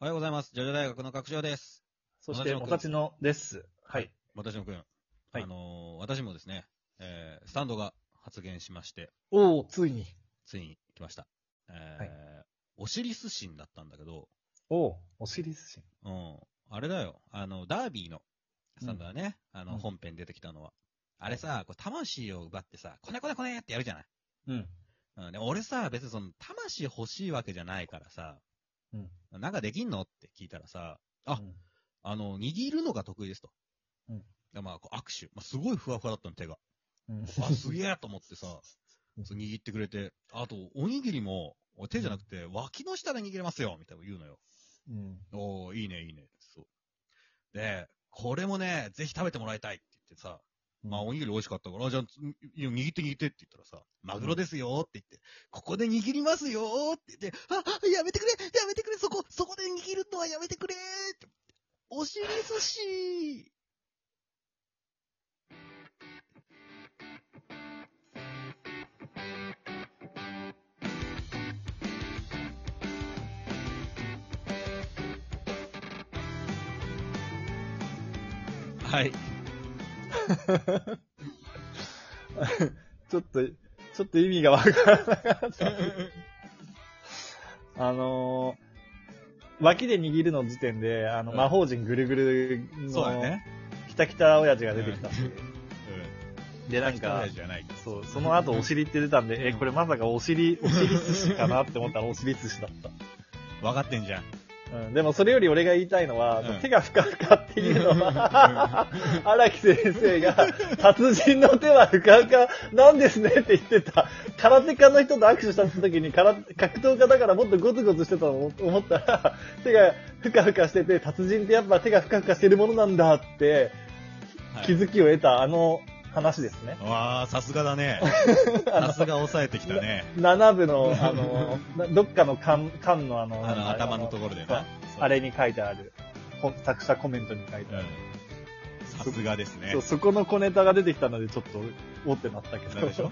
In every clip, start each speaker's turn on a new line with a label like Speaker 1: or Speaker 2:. Speaker 1: おはようございます。ジョジョ大学の学長です。
Speaker 2: そして、お
Speaker 1: 私も
Speaker 2: かちのです。はい。
Speaker 1: 私もくん。あのー私もですね、えー、スタンドが発言しまして、
Speaker 2: おお、ついに。
Speaker 1: ついに来ました。えー
Speaker 2: はい
Speaker 1: オシリス神だったんだけど、
Speaker 2: おお、お尻寿司。
Speaker 1: うん、あれだよ。あの、ダービーのスタンドだね。あ
Speaker 2: う
Speaker 1: の、
Speaker 2: ん
Speaker 1: 本編出てきたのは。あれさ、こう魂を奪ってさ、こねこねこねってやるじゃない。
Speaker 2: うん。
Speaker 1: うん、でも俺さ、別にその、魂欲しいわけじゃないからさ、
Speaker 2: うん。
Speaker 1: なんかできんのって聞いたらさ、あ
Speaker 2: うん
Speaker 1: あの、握るのが得意ですと。
Speaker 2: うん
Speaker 1: でまあ、こう握手。まあ、すごいふわふわだったの、手が。
Speaker 2: うん。
Speaker 1: あ、すげえと思ってさ、そう握ってくれて、あと、おにぎりも、お手じゃなくて、脇の下で握れますよみたいなの言うのよ。
Speaker 2: うん。
Speaker 1: おー、いいね、いいね。そう。で、これもね、ぜひ食べてもらいたいって言ってさ、まあ、おにぎり美味しかったから、あじゃあ、いいよ握って握ってって言ったらさ、マグロですよって言って、ここで握りますよって言って、あ、あやめてくれやめてくれそこ、そこで握るのはやめてくれって。お尻寿司 はい。
Speaker 2: ちょっと、ちょっと意味がわからなか った。あのー、脇で握るの時点で、あの、
Speaker 1: うん
Speaker 2: 魔法陣ぐるぐる
Speaker 1: そうだ
Speaker 2: の、
Speaker 1: ね。
Speaker 2: きたきた親父が出てきたんで。で、
Speaker 1: な
Speaker 2: なんん
Speaker 1: か
Speaker 2: か、、
Speaker 1: じゃない。
Speaker 2: そう、その後お尻って出たんで、え、これまさかお尻、お尻寿司かなって思ったらお尻寿司だった。
Speaker 1: 分かってんじゃん。
Speaker 2: うん、でもそれより俺が言いたいのは、
Speaker 1: うん
Speaker 2: 手がふかふかっていうのは、荒木先生が、達人の手はふかふかなんですねって言ってた。空手家の人と握手した時に、空格闘家だからもっとゴツゴツしてたと思ったら、手がふかふかしてて、達人ってやっぱ手がふかふかしてるものなんだって、
Speaker 1: はい
Speaker 2: 気づきを得たあの話ですね。
Speaker 1: わあ、さすがだね。さすが抑えてきたね。
Speaker 2: 7部の、あ の、などっかの缶、缶のあの、
Speaker 1: あの、頭のところでな。
Speaker 2: あれに書いてある。こ作者コメントに書いて
Speaker 1: う
Speaker 2: あ
Speaker 1: ん
Speaker 2: る。
Speaker 1: さすがですね
Speaker 2: そう、。そこの小ネタが出てきたので、ちょっと、おってなったけ
Speaker 1: そう
Speaker 2: ど。
Speaker 1: でしょそう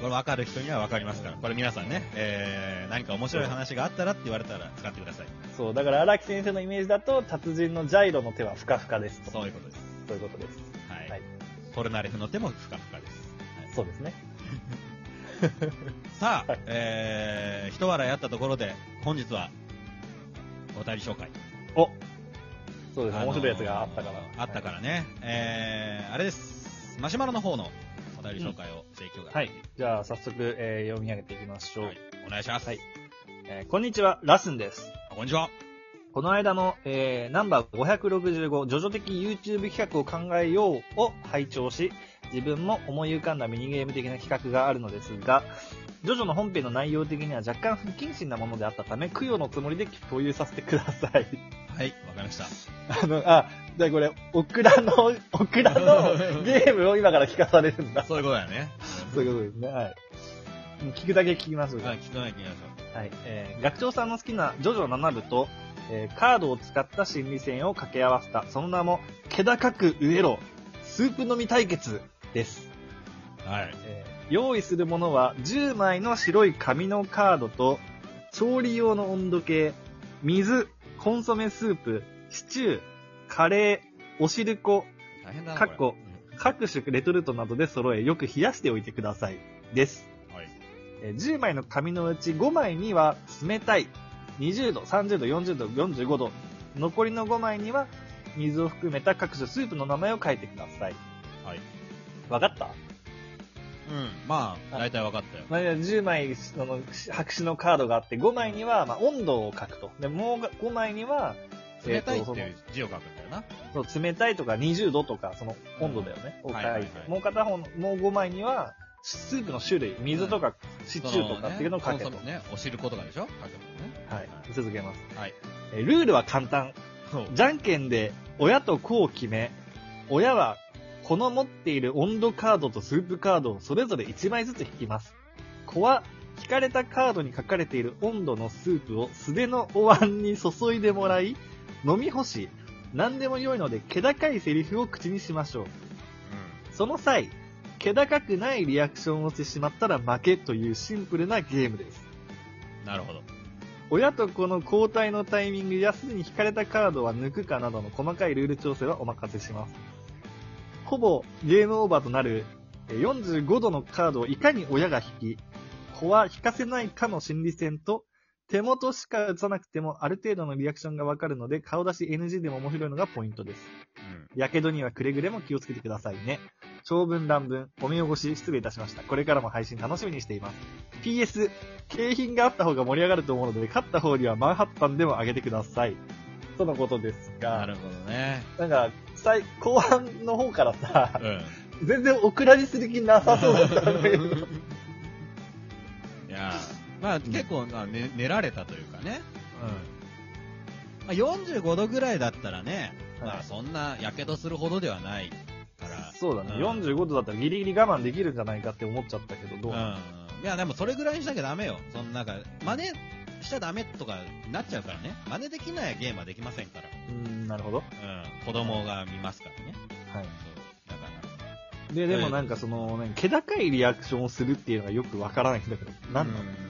Speaker 1: これ分かる人には分かりますから。これ皆さんね、えー、何か面白い話があったらって言われたら使ってください。
Speaker 2: そう、だから荒木先生のイメージだと、達人のジャイロの手はふかふかですと。
Speaker 1: そういうことです。
Speaker 2: そういうことです。
Speaker 1: は
Speaker 2: はいい。
Speaker 1: ポルナレフの手もふかふかです。
Speaker 2: そうですね。
Speaker 1: さあ
Speaker 2: はい、
Speaker 1: えー、一笑いあったところで、本日は、お便り紹介。
Speaker 2: おそうですね、
Speaker 1: あの
Speaker 2: 面
Speaker 1: ー
Speaker 2: 白いやつがあったから。
Speaker 1: あったからね。えー、あれです。マシュマロの方のお便り紹介をしていきようかな
Speaker 2: はい。はい。じゃあ、早速、えー読み上げていきましょう、
Speaker 1: はいお願いします。
Speaker 2: はいえーこんにちは、ラスンです。
Speaker 1: あこんにちは。
Speaker 2: この間の、えーナンバー565、ジョジョ的 YouTube 企画を考えようを拝聴し、自分も思い浮かんだミニゲーム的な企画があるのですが、ジョジョの本編の内容的には若干不謹慎なものであったため、供養のつもりで共有させてください。
Speaker 1: はい、わかりま した。
Speaker 2: あの、あ、じゃあこれ、オクラの、オク ラのゲームを今から聞かされるんだ。
Speaker 1: そういうことだよね。
Speaker 2: そういうことですね。はい。聞くだけ聞きます。
Speaker 1: はい、聞かないといけないで
Speaker 2: はい、えー学長さんの好きなジョジョ7部と、えーカードを使った心理戦を掛け合わせた、その名も、気高く植えろ、スープ飲み対決です。
Speaker 1: すよ。はい。
Speaker 2: えー用意するものは、10枚の白い紙のカードと、調理用の温度計、水、コンソメスープ、シチュー、カレー、おしるこ、
Speaker 1: 大変だな。
Speaker 2: かっこ
Speaker 1: れ
Speaker 2: 各種レトルトなどで揃え、よく冷やしておいてください。です。
Speaker 1: うんはい。
Speaker 2: えー10枚の紙のうち5枚には冷たい20度、30度、40度、45度残りの5枚には水を含めた各種スープの名前を書いてください
Speaker 1: はい。
Speaker 2: わかった
Speaker 1: うん。まあ、
Speaker 2: あ
Speaker 1: 大体わかったよ。
Speaker 2: まあ10枚その白紙のカードがあって5枚にはまあ温度を書くとでもう5枚には
Speaker 1: 冷たいって
Speaker 2: その
Speaker 1: いう字を書くんだよな。
Speaker 2: そう冷たいとか20度とかその温度だよね、
Speaker 1: うん
Speaker 2: を書いて、
Speaker 1: はいはいはい
Speaker 2: もう片方のもう5枚にはスープの種類水とかシチューとかっていうのを書け
Speaker 1: そ
Speaker 2: と、
Speaker 1: のね、お汁粉とかでしょ書けばね。
Speaker 2: はい、続けます、
Speaker 1: はい
Speaker 2: えールールは簡単
Speaker 1: そう。
Speaker 2: じゃんけんで親と子を決め、親はこの持っている温度カードとスープカードをそれぞれ1枚ずつ引きます。子は引かれたカードに書かれている温度のスープを素手のお椀に注いでもらい、飲み干し、何でも良いので気高いセリフを口にしましょう。その際、気高くないリアクションをしてしまったら負けというシンプルなゲームです。
Speaker 1: うん。なるほど。
Speaker 2: 親と子の交代のタイミングやすでに引かれたカードは抜くかなどの細かいルール調整はお任せします。ほぼゲームオーバーとなるえー45度のカードをいかに親が引き、子は引かせないかの心理戦と、手元しか映さなくてもある程度のリアクションがわかるので、顔出し NG でも面白いのがポイントです。
Speaker 1: うん。
Speaker 2: やけどにはくれぐれも気をつけてくださいね。長文乱文、お見汚し失礼いたしました。これからも配信楽しみにしています。PS、景品があった方が盛り上がると思うので、勝った方にはマンハッタンでもあげてください。とのことです
Speaker 1: な
Speaker 2: が、
Speaker 1: るほどね。
Speaker 2: なんか、最、後半の方からさ、
Speaker 1: うん。
Speaker 2: 全然オクラにする気なさそうだったんだけど。
Speaker 1: いやーまあ結構、まあね、練られたというかね。
Speaker 2: う
Speaker 1: まあ、45度ぐらいだったらね、
Speaker 2: はい
Speaker 1: まあそんな火傷するほどではないから
Speaker 2: ん、。そうだね、
Speaker 1: うん
Speaker 2: 45度だったらギリギリ我慢できるんじゃないかって思っちゃったけど、どう、
Speaker 1: うん。いや、でもそれぐらいにしなきゃダメよ。そのなんか、真似しちゃダメとかなっちゃうからね。真似できないゲームはできませんから。
Speaker 2: うん、なるほど。
Speaker 1: うん。子供が見ますからね。
Speaker 2: はい。
Speaker 1: そう。だから。
Speaker 2: で、でもなんかその、ね、気高いリアクションをするっていうのがよくわからないんだけど、なんなの、
Speaker 1: うん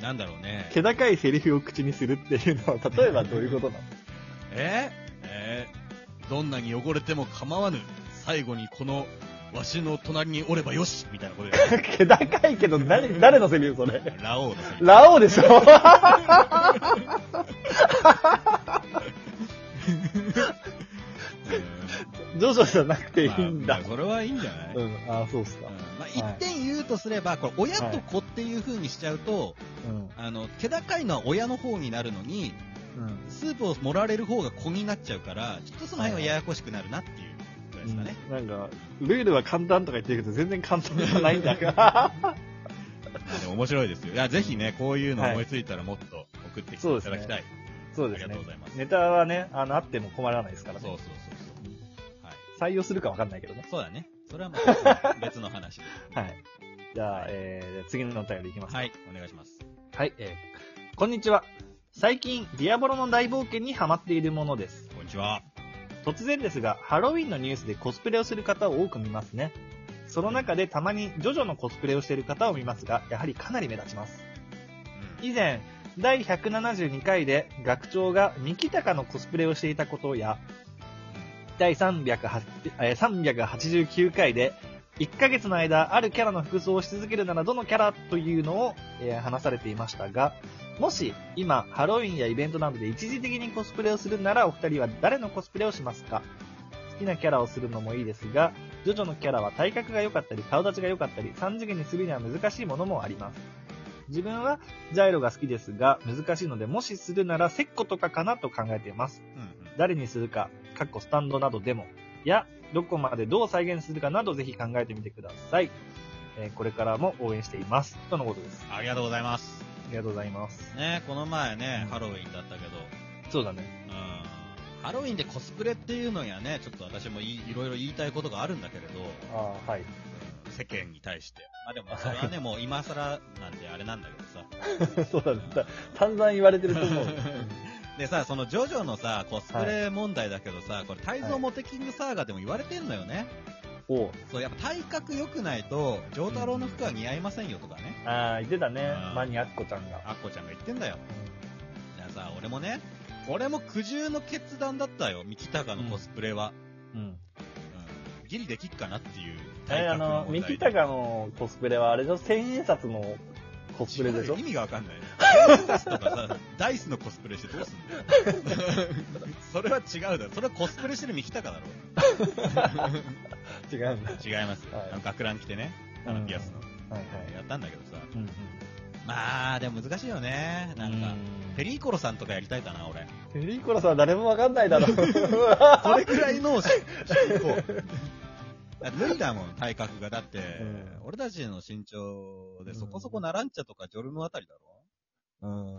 Speaker 1: なんだろうね。
Speaker 2: 気高いセリフを口にするっていうのは、例えばどういうことなの
Speaker 1: ええーどんなに汚れても構わぬ。最後にこの、わしの隣におればよしみたいなことで。
Speaker 2: 気高いけど、何、誰のセリフそれ。
Speaker 1: ラオウのセリフ
Speaker 2: ラオウでしょ ジョジョじゃなくていいんだ
Speaker 1: まあ。それはいいんじゃない、
Speaker 2: う
Speaker 1: うん
Speaker 2: ん、あ、そうっすか。
Speaker 1: まあ、一点言うとすれば、これ、親と子っていう風にしちゃうと、
Speaker 2: うん、
Speaker 1: あの、気高いのは親の方になるのに、
Speaker 2: うん。
Speaker 1: スープを盛られる方が子になっちゃうから、ちょっとその辺はややこしくなるなっていうぐらいですかね。
Speaker 2: なんか、ルールは簡単とか言ってるけど、全然簡単じゃないんだが。
Speaker 1: まあでも面白いですよ。いや、ぜひね、こういうの思いついたらもっと送ってきていただきたい。
Speaker 2: そう
Speaker 1: あ
Speaker 2: で
Speaker 1: り
Speaker 2: す
Speaker 1: がと
Speaker 2: ね
Speaker 1: うご。ざいます。
Speaker 2: ネタはね、あの、あっても困らないですからね。
Speaker 1: そうそうそうそう。はい。
Speaker 2: 採用するかわかんないけどね。
Speaker 1: そうだね。それはま た別の話で。
Speaker 2: はい。じゃあ、えー、次のお便りいきます。
Speaker 1: はい、お願いします。
Speaker 2: はい、えー、こんにちは。最近、ディアボロの大冒険にハマっているものです。
Speaker 1: こんにちは。
Speaker 2: 突然ですが、ハロウィンのニュースでコスプレをする方を多く見ますね。その中でたまにジョジョのコスプレをしている方を見ますが、やはりかなり目立ちます。
Speaker 1: うん
Speaker 2: 以前、第172回で学長が三木高のコスプレをしていたことや、第308えー389回で、1ヶ月の間、あるキャラの服装をし続けるならどのキャラというのを、えー話されていましたが、もし今、ハロウィンやイベントなどで一時的にコスプレをするなら、お二人は誰のコスプレをしますか好きなキャラをするのもいいですが、ジョジョのキャラは体格が良かったり、顔立ちが良かったり、三次元にするには難しいものもあります。自分はジャイロが好きですが、難しいので、もしするなら、セッコとかかなと考えています。
Speaker 1: うんうん
Speaker 2: 誰にするか、かっこスタンドなどでも、や、どこまでどう再現するかなどぜひ考えてみてください。えーこれからも応援しています。とのことです。
Speaker 1: ありがとうございます。
Speaker 2: ありがとうございます。
Speaker 1: ね、この前ね
Speaker 2: う、ん
Speaker 1: ハロウィンだったけど、
Speaker 2: そうだね。
Speaker 1: うんハロウィンでコスプレっていうのにはね、ちょっと私もいいろいろ言いたいことがあるんだけれど、
Speaker 2: ああ、はい。
Speaker 1: 世間に対して。まあでも、それはね、もう今更なんであれなんだけどさ。
Speaker 2: そうだね。た散々言われてると思う。
Speaker 1: でさ、そのジョジョのさ、コスプレ問題だけどさ、これ、泰
Speaker 2: は
Speaker 1: 造
Speaker 2: い
Speaker 1: モテキングサーガでも言われてんのよね。
Speaker 2: おう
Speaker 1: そう、やっぱ体格良くないと、丈太郎の服は似合いませんよとかね、
Speaker 2: ああ、言ってたね
Speaker 1: あ。ー
Speaker 2: マニアッコちゃんが。
Speaker 1: アッコちゃんが言ってんだよ。じゃあさ、俺もね、俺も苦渋の決断だったよ、三木高のコスプレは。
Speaker 2: うん。
Speaker 1: うんギリできっかなっていう
Speaker 2: え
Speaker 1: 体格
Speaker 2: あ
Speaker 1: の
Speaker 2: の、
Speaker 1: 問題
Speaker 2: 三木高のコスプレはあれでしょ千円札のコスプレでしょ
Speaker 1: 意味がわかんない。ダイスとか さ、ダイスのコスプレしてどうすんだよ。それは違うだろ。それはコスプレしてる三木高だろ。
Speaker 2: 違うんだ。
Speaker 1: 違いますよ。
Speaker 2: はい
Speaker 1: あの学ラン着てね、あのピアスの、
Speaker 2: はいはい。
Speaker 1: やったんだけどさ。
Speaker 2: うんうん。
Speaker 1: まあ、でも難しいよね。なんか、
Speaker 2: うん
Speaker 1: ペリーコロさんとかやりたいかな、俺。
Speaker 2: ペリーコラさんは誰もわかんないだろう。
Speaker 1: これくらい のし身長。だって無理だもん、体格が。だって、
Speaker 2: ん
Speaker 1: 俺たちの身長でそこそこならんちゃとかジョルノあたりだろ。
Speaker 2: うん。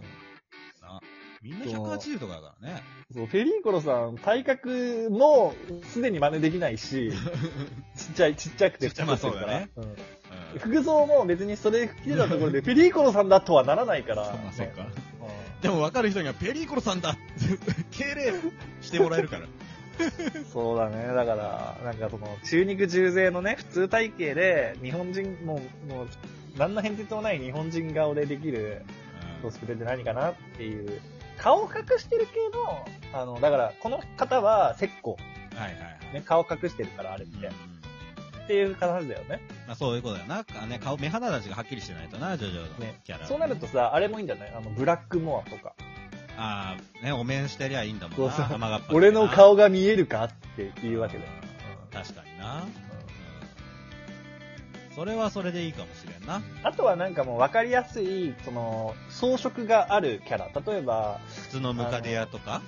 Speaker 1: なみんな180とかだからね。
Speaker 2: そう、フェリーコロさん、体格もすでに真似できな いし、ちっちゃい、ちっちゃくて
Speaker 1: ちっちゃいまあそうだね
Speaker 2: 太ってるから
Speaker 1: う
Speaker 2: うんん服装も別にそれ着てたとこ ろで、フェリーコロさんだとはならないから。
Speaker 1: そうかそうか
Speaker 2: ね
Speaker 1: でも分かる人にはペリーコロさんだ 敬礼してもらえるから。
Speaker 2: うんそうだね。だから、なんかその、中肉重税のね、普通体型で、日本人、もう、もう、何の変哲もない日本人顔でできるコスプレで何かなっていう。顔隠してる系の、あの、だから、この方は、石膏。
Speaker 1: はいはいはい。
Speaker 2: ね、顔隠してるから、あれっ
Speaker 1: うん
Speaker 2: て。っていう形だよね。
Speaker 1: まあそういうことだよな。あね、顔、目鼻立ちがはっきりしてないとな、ジョジョの
Speaker 2: ね
Speaker 1: キャラ。
Speaker 2: そうなるとさ、あれもいいんじゃないあの、ブラックモアとか。
Speaker 1: ああ、ね、お面してりゃいいんだもん
Speaker 2: そう
Speaker 1: な。
Speaker 2: そう
Speaker 1: 甘がっぱりな
Speaker 2: 俺の顔が見えるかっていうわけだよ。
Speaker 1: 確かにな。それはそれでいいかもしれんな。
Speaker 2: あとはなんかもう分かりやすい、その、装飾があるキャラ。例えば、
Speaker 1: 靴のムカデ屋とか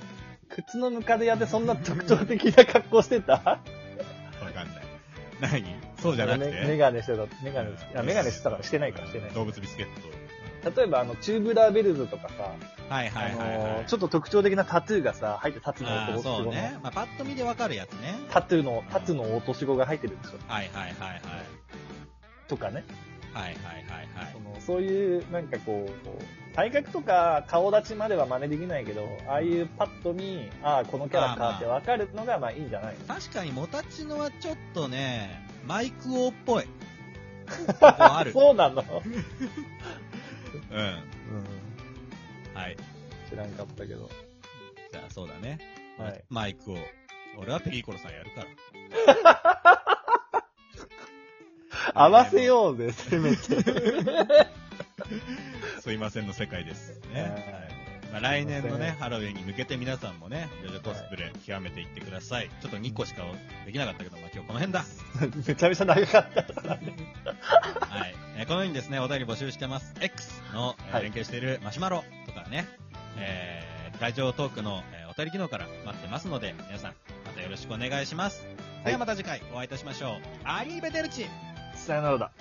Speaker 2: 靴のムカデ屋でそんな特徴的な格好してた
Speaker 1: わかんない。何そうじゃなくて、
Speaker 2: メメガネしてた、メガネして、あ、メガネしてたからしてないからしてない。
Speaker 1: 動物ビスケット。
Speaker 2: 例えばあの、チューブラーベルズとかさ、
Speaker 1: はい
Speaker 2: あ
Speaker 1: はいはい、は
Speaker 2: の
Speaker 1: い。、
Speaker 2: ちょっと特徴的なタトゥーがさ、入ってタツの
Speaker 1: あ
Speaker 2: 落
Speaker 1: ー
Speaker 2: とし
Speaker 1: そう
Speaker 2: 子の、
Speaker 1: ね。まあ、パッと見でわかるやつね。
Speaker 2: タトゥーの、タツの落とし子が入ってるでしょ。
Speaker 1: はいはいはいはい。
Speaker 2: とかね。
Speaker 1: はいはいはいはい
Speaker 2: そ。のそういう、なんかこう、体格とか顔立ちまでは真似できないけど、ああいうパッと見、ああ、このキャラかってわかるのが、まあいいんじゃないの
Speaker 1: 確かに、モタチノはちょっとね、マイク王っぽい。ここあ る。
Speaker 2: そうなの、
Speaker 1: うん。はい。
Speaker 2: 知らんかったけど。
Speaker 1: じゃあ、そうだね。
Speaker 2: はい。
Speaker 1: マイク王。俺はペリコロさんやるから。
Speaker 2: 合わせようぜ、せめて。
Speaker 1: すいませんの世界です。ね。
Speaker 2: は い
Speaker 1: はいまあ、来年のね、ハロウィンに向けて皆さんもね、ジョジョコスプレ極めていってください。ちょっと2個しかできなかったけど、まあ今日この辺 だ。
Speaker 2: めちゃめちゃ長かったからね。
Speaker 1: はい。えーこのようにですね、お便り募集してます。X の、えー
Speaker 2: はい
Speaker 1: 連携しているマシュマロとかね、えー、会場トークの、えーお便り機能から待ってますので、皆さん、またよろしくお願いします。
Speaker 2: い
Speaker 1: ではまた次回お会いいたしましょう。アリーベデルチ
Speaker 2: さよならだ。